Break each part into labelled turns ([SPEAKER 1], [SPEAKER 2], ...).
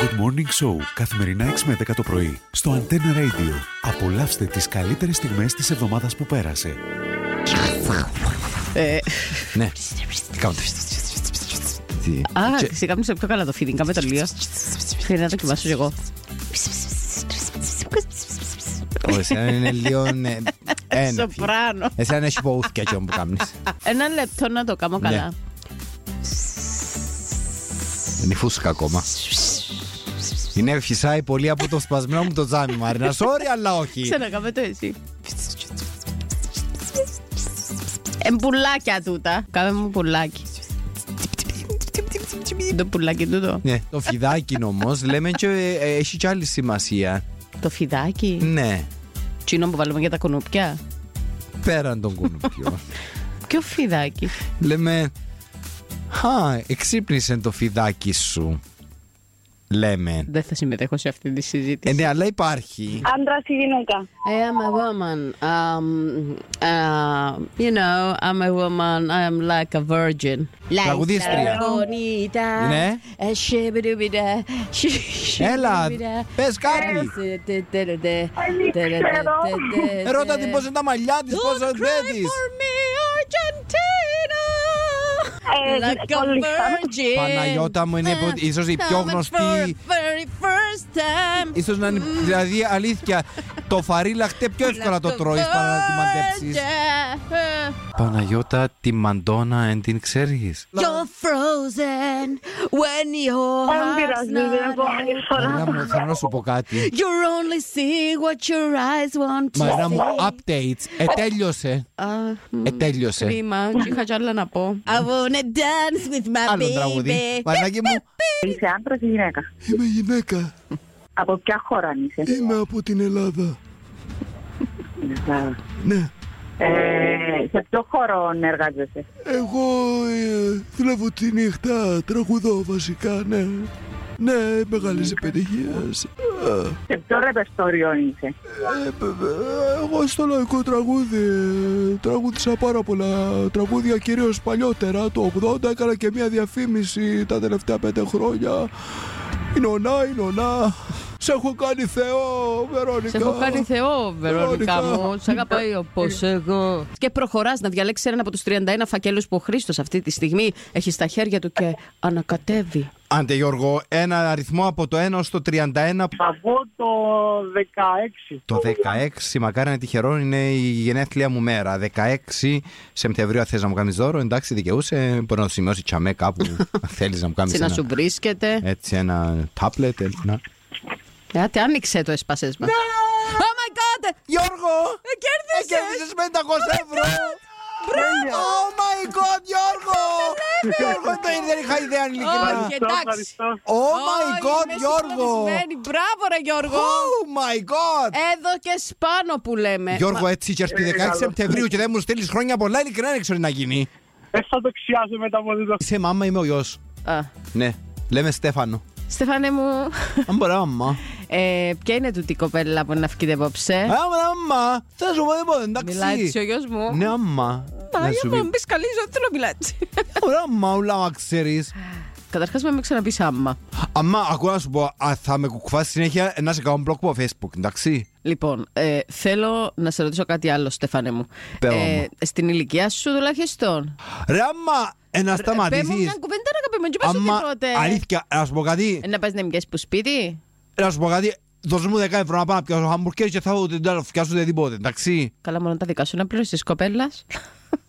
[SPEAKER 1] Good Morning Show, καθημερινά 6 με 10 το πρωί, στο Antenna Radio. Απολαύστε τις καλύτερες στιγμές της εβδομάδας που πέρασε.
[SPEAKER 2] Ε,
[SPEAKER 3] Ναι. Τι κάνετε. Τι.
[SPEAKER 2] α,
[SPEAKER 3] Και-
[SPEAKER 2] σε κάμισα πιο καλά το feeling, κάμε το λίγο. Θέλει να δοκιμάσω κι εγώ.
[SPEAKER 3] Όχι, εσένα είναι λίγο. ναι, ένα.
[SPEAKER 2] Σοπράνο.
[SPEAKER 3] Εσένα έχει ποούθκια και όπου κάνεις.
[SPEAKER 2] Ένα λεπτό να το
[SPEAKER 3] Ναι.
[SPEAKER 2] κάνω καλά.
[SPEAKER 3] Είναι η φούσκα ακόμα. Είναι φυσάει πολύ από το σπασμένο μου το τζάμι, Μαρίνα. Sorry, αλλά όχι.
[SPEAKER 2] Ξανακάμε το εσύ. Εμπουλάκια Ε, τούτα. Κάμε μου πουλάκι. Το πουλάκι τούτο.
[SPEAKER 3] Ναι, το φιδάκι όμω λέμε και ε, ε, έχει κι άλλη σημασία.
[SPEAKER 2] Το φιδάκι.
[SPEAKER 3] Ναι,
[SPEAKER 2] Τσίνο που βάλουμε για τα κουνούπια.
[SPEAKER 3] πέραν των κουνουπιών.
[SPEAKER 2] Ποιο φιδάκι.
[SPEAKER 3] λέμε. Χα, εξύπνησε το φιδάκι σου. Λέμε.
[SPEAKER 2] Δεν θα συμμετέχω σε αυτή τη συζήτηση.
[SPEAKER 3] Ε, ναι, αλλά υπάρχει.
[SPEAKER 4] Άντρας ή γυναίκα.
[SPEAKER 2] I am a woman. Um, uh, you know, I'm a woman. I am like a virgin. Like
[SPEAKER 3] Τραγουδίστρια.
[SPEAKER 2] a bonita.
[SPEAKER 3] Ναι.
[SPEAKER 2] A shibidubida, shi-
[SPEAKER 3] Έλα,
[SPEAKER 2] shibidubida.
[SPEAKER 3] πες
[SPEAKER 2] Ε,
[SPEAKER 3] κάτι.
[SPEAKER 2] Τε-τε-τε-τε-τε,
[SPEAKER 3] Ε,
[SPEAKER 2] τε-τε-τε-τε-τε.
[SPEAKER 3] Ρώτα την πόσο είναι τα μαλλιά της, πόσο
[SPEAKER 2] Don't cry
[SPEAKER 3] ενθέτεις.
[SPEAKER 2] for me, Argentina.
[SPEAKER 4] Ε,
[SPEAKER 2] Like a
[SPEAKER 4] κόλλησα.
[SPEAKER 2] virgin.
[SPEAKER 3] Παναγιώτα μου, είναι
[SPEAKER 2] Ah,
[SPEAKER 3] ίσως η πιο
[SPEAKER 2] I'm
[SPEAKER 3] γνωστή-
[SPEAKER 2] for very first time.
[SPEAKER 3] Ίσως να είναι,
[SPEAKER 2] Mm.
[SPEAKER 3] δηλαδή αλήθεια, το φαρί λαχτέ πιο εύκολα το τρώεις παρά να τη μαντέψεις. Παναγιώτα, τη μαντόνα εν την ξέρεις.
[SPEAKER 2] You're frozen when your
[SPEAKER 4] Δεν
[SPEAKER 2] heart's
[SPEAKER 4] πειράζει, την
[SPEAKER 2] not
[SPEAKER 4] επόμενη
[SPEAKER 3] Μαρίνα
[SPEAKER 4] φορά.
[SPEAKER 3] μου, θέλω να σου πω κάτι.
[SPEAKER 2] You only see what your eyes want to
[SPEAKER 3] Μαρίνα μου,
[SPEAKER 2] see.
[SPEAKER 3] updates. Ε, Ετέλειωσε.
[SPEAKER 2] Α,
[SPEAKER 3] Ετέλειωσε.
[SPEAKER 2] Κρίμα, και είχα κι άλλα να πω. I wanna dance with my
[SPEAKER 3] Ε. Άλλο τραγούδι.
[SPEAKER 2] baby.
[SPEAKER 3] Μαρινάκη μου.
[SPEAKER 4] Είσαι άντρας ή γυναίκα.
[SPEAKER 3] Είμαι γυναίκα.
[SPEAKER 4] Από ποια χώρα είσαι.
[SPEAKER 3] Είμαι από την Ελλάδα.
[SPEAKER 4] Ελλάδα.
[SPEAKER 3] Ναι.
[SPEAKER 4] Ε, σε ποιο χώρο εργάζεσαι.
[SPEAKER 3] Εγώ ε, δουλεύω τη νύχτα, τραγουδώ βασικά, ναι. Ναι, μεγάλης επιτυχίας.
[SPEAKER 4] Σε ποιο ρεπερτόριο είσαι.
[SPEAKER 3] Ε, ε, ε, Εγώ στο λαϊκό τραγούδι ε, τραγούδισα πάρα πολλά τραγούδια, κυρίως παλιότερα. Το 80 έκανα και μια διαφήμιση τα τελευταία πέντε χρόνια. Η νονά, η νονά. Σε έχω κάνει θεό, Βερόνικα.
[SPEAKER 2] Σε έχω κάνει Θεό, Βερόνικα
[SPEAKER 3] Βερόνικα.
[SPEAKER 2] μου. Σ' αγαπάει όπω εγώ. Και προχωράς να διαλέξει έναν από τους 31 φακέλους που ο Χρήστος αυτή τη στιγμή έχει στα χέρια του και ανακατεύει.
[SPEAKER 3] Άντε Γιώργο, ένα αριθμό από το 1 στο 31.
[SPEAKER 5] Θα πω το 16.
[SPEAKER 3] Το 16, μακάρι να τυχερό, είναι η γενέθλια μου μέρα. 16 Σεπτεμβρίου, αν θες να μου κάνεις δώρο, εντάξει, δικαιούσε. Μπορεί να το σημειώσει τσαμέ κάπου, αν θέλεις να μου κάνεις
[SPEAKER 2] Έτσι να
[SPEAKER 3] ένα, Ε,
[SPEAKER 2] σου βρίσκεται.
[SPEAKER 3] έτσι, ένα τάπλετ. Ένα...
[SPEAKER 2] Κάτι Ε, άνοιξε το εσπασέ
[SPEAKER 3] Ναι!
[SPEAKER 2] μα. Oh my god!
[SPEAKER 3] Γιώργο!
[SPEAKER 2] Κέρδισε!
[SPEAKER 3] Κέρδισες 500 ευρώ! Μπράβο! Oh my god, Γιώργο! Γιώργο, δεν- δεν είχα ιδέα, ειλικρινά.
[SPEAKER 2] Όχι,
[SPEAKER 5] Ευχαριστώ,
[SPEAKER 2] εντάξει.
[SPEAKER 5] ευχαριστώ.
[SPEAKER 3] Oh my
[SPEAKER 2] Όχι,
[SPEAKER 3] god,
[SPEAKER 2] είμαι
[SPEAKER 3] Γιώργο!
[SPEAKER 2] συγκλονισμένη. Μπράβο, ρε Γιώργο!
[SPEAKER 3] Oh my god!
[SPEAKER 2] Εδώ και σπάνω που λέμε.
[SPEAKER 3] Γιώργο,
[SPEAKER 2] Ε, Μα-
[SPEAKER 3] έτσι και έρθει
[SPEAKER 5] Ε,
[SPEAKER 3] 16
[SPEAKER 5] καλό.
[SPEAKER 3] Σεπτεμβρίου και δεν μου στείλεις χρόνια πολλά, ειλικρινά δεν ξέρω τι να γίνει.
[SPEAKER 5] Δεν θα το ξιάσω μετά από το
[SPEAKER 3] Είσαι μάμα, είμαι ο γιος.
[SPEAKER 2] Α,
[SPEAKER 3] Ναι, λέμε Στέφανο.
[SPEAKER 2] Στεφάνε μου,
[SPEAKER 3] Αν μπορεί, άμα.
[SPEAKER 2] ε, ποια είναι τούτη η κοπέλα που να φύγετε απόψε.
[SPEAKER 3] Άμα, άμα. Θα σου πω τίποτα, εντάξει.
[SPEAKER 2] Ε. Μιλάει έτσι ο γιος μου.
[SPEAKER 3] Ναι, άμα.
[SPEAKER 2] Μα
[SPEAKER 3] Να
[SPEAKER 2] για
[SPEAKER 3] σου
[SPEAKER 2] να
[SPEAKER 3] πει.
[SPEAKER 2] μου πεις καλή ζωή, θέλω να μιλάει.
[SPEAKER 3] Ωραία, άμα, ούλα, μα ξέρεις.
[SPEAKER 2] Καταρχάς με με ξαναπείς άμα.
[SPEAKER 3] Αμά, ακούω να σου πω, α, θα με κουκουφάσεις συνέχεια να σε κάνω μπλοκ από Facebook, εντάξει.
[SPEAKER 2] Λοιπόν, ε, θέλω να σε ρωτήσω κάτι άλλο, Στεφάνε μου. Ε,
[SPEAKER 3] Πέμα μου.
[SPEAKER 2] στην ηλικία σου τουλάχιστον.
[SPEAKER 3] Ρε, άμα, ε, να
[SPEAKER 2] Πες μου
[SPEAKER 3] σταματήσεις.
[SPEAKER 2] μια κουβέντα να καπέμε, και πες
[SPEAKER 3] Άμα,
[SPEAKER 2] οτιδήποτε.
[SPEAKER 3] αλήθεια, να σου πω κάτι.
[SPEAKER 2] Ε, Να πας να μοιάζεις που σπίτι.
[SPEAKER 3] Να σου πω κάτι. Δώσ' μου 10 ευρώ να πάω να πιάσω χαμπουρκέ και θα ούτε να φτιάσω τίποτε, εντάξει.
[SPEAKER 2] Καλά, μόνο τα δικά σου να πληρώσεις κοπέλα.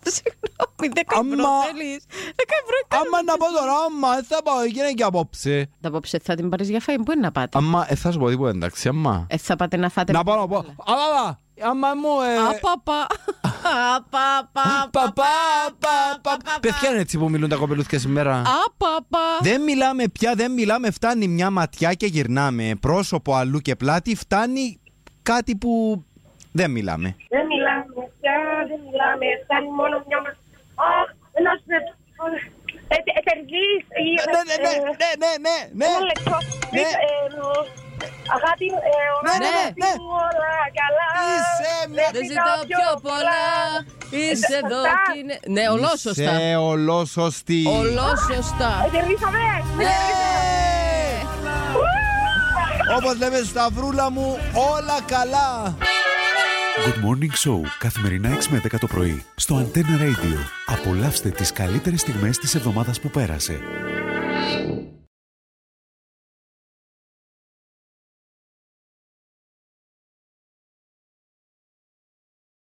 [SPEAKER 2] Συγγνώμη, δέκα
[SPEAKER 3] Άμα-
[SPEAKER 2] ευρώ θέλεις. Δέκα ευρώ κάνω.
[SPEAKER 3] Άμα να πω τώρα, άμα, δεν θα πάω εκεί είναι και απόψε.
[SPEAKER 2] Τα απόψε θα την πάρεις για φάι, πού είναι να πάτε.
[SPEAKER 3] Άμα, ε, θα σου πω τίποτα, εντάξει, άμα.
[SPEAKER 2] Ε, θα πάτε να φάτε.
[SPEAKER 3] Να πάω να πω. Αμάμα, άμα μου, ε,
[SPEAKER 2] Απαπα. Απαπα.
[SPEAKER 3] Παπά, παπά. Παιδιά είναι έτσι που μιλούν τα κοπελούθια σήμερα.
[SPEAKER 2] Απαπα.
[SPEAKER 3] Δεν μιλάμε πια, δεν μιλάμε. Φτάνει μια ματιά και γυρνάμε. Πρόσωπο αλλού και πλάτη. Φτάνει κάτι που δεν μιλάμε.
[SPEAKER 6] Δεν μιλάμε πια, δεν μιλάμε. Φτάνει μόνο μια μα. Αχ, να σου Ε, Ετεργείς ή...
[SPEAKER 3] Ναι, ναι, ναι, ναι, ναι, ναι, ναι.
[SPEAKER 6] Ένα λεπτό.
[SPEAKER 3] Ναι.
[SPEAKER 6] Ε, ε, Αγάπη, μου, ε, ο
[SPEAKER 3] Ναι, ναι,
[SPEAKER 6] αγάπη
[SPEAKER 3] ναι.
[SPEAKER 6] μου, όλα καλά.
[SPEAKER 3] Είσαι μια.
[SPEAKER 6] Δεν ζητάω πιο πολλά.
[SPEAKER 2] Είσαι εδώ
[SPEAKER 6] σωστά.
[SPEAKER 2] και είναι. Ναι, ολόσωστα.
[SPEAKER 3] Σε ολόσωστη.
[SPEAKER 2] Ολόσωστα.
[SPEAKER 6] Ναι. Ετεργήσαμε.
[SPEAKER 2] Ναι.
[SPEAKER 6] Ου!
[SPEAKER 3] Όπως λέμε Σταυρούλα μου όλα καλά
[SPEAKER 1] Good Morning Show, καθημερινά 6 με 10 το πρωί, στο Antenna Radio. Απολαύστε τις καλύτερες στιγμές της εβδομάδας που πέρασε.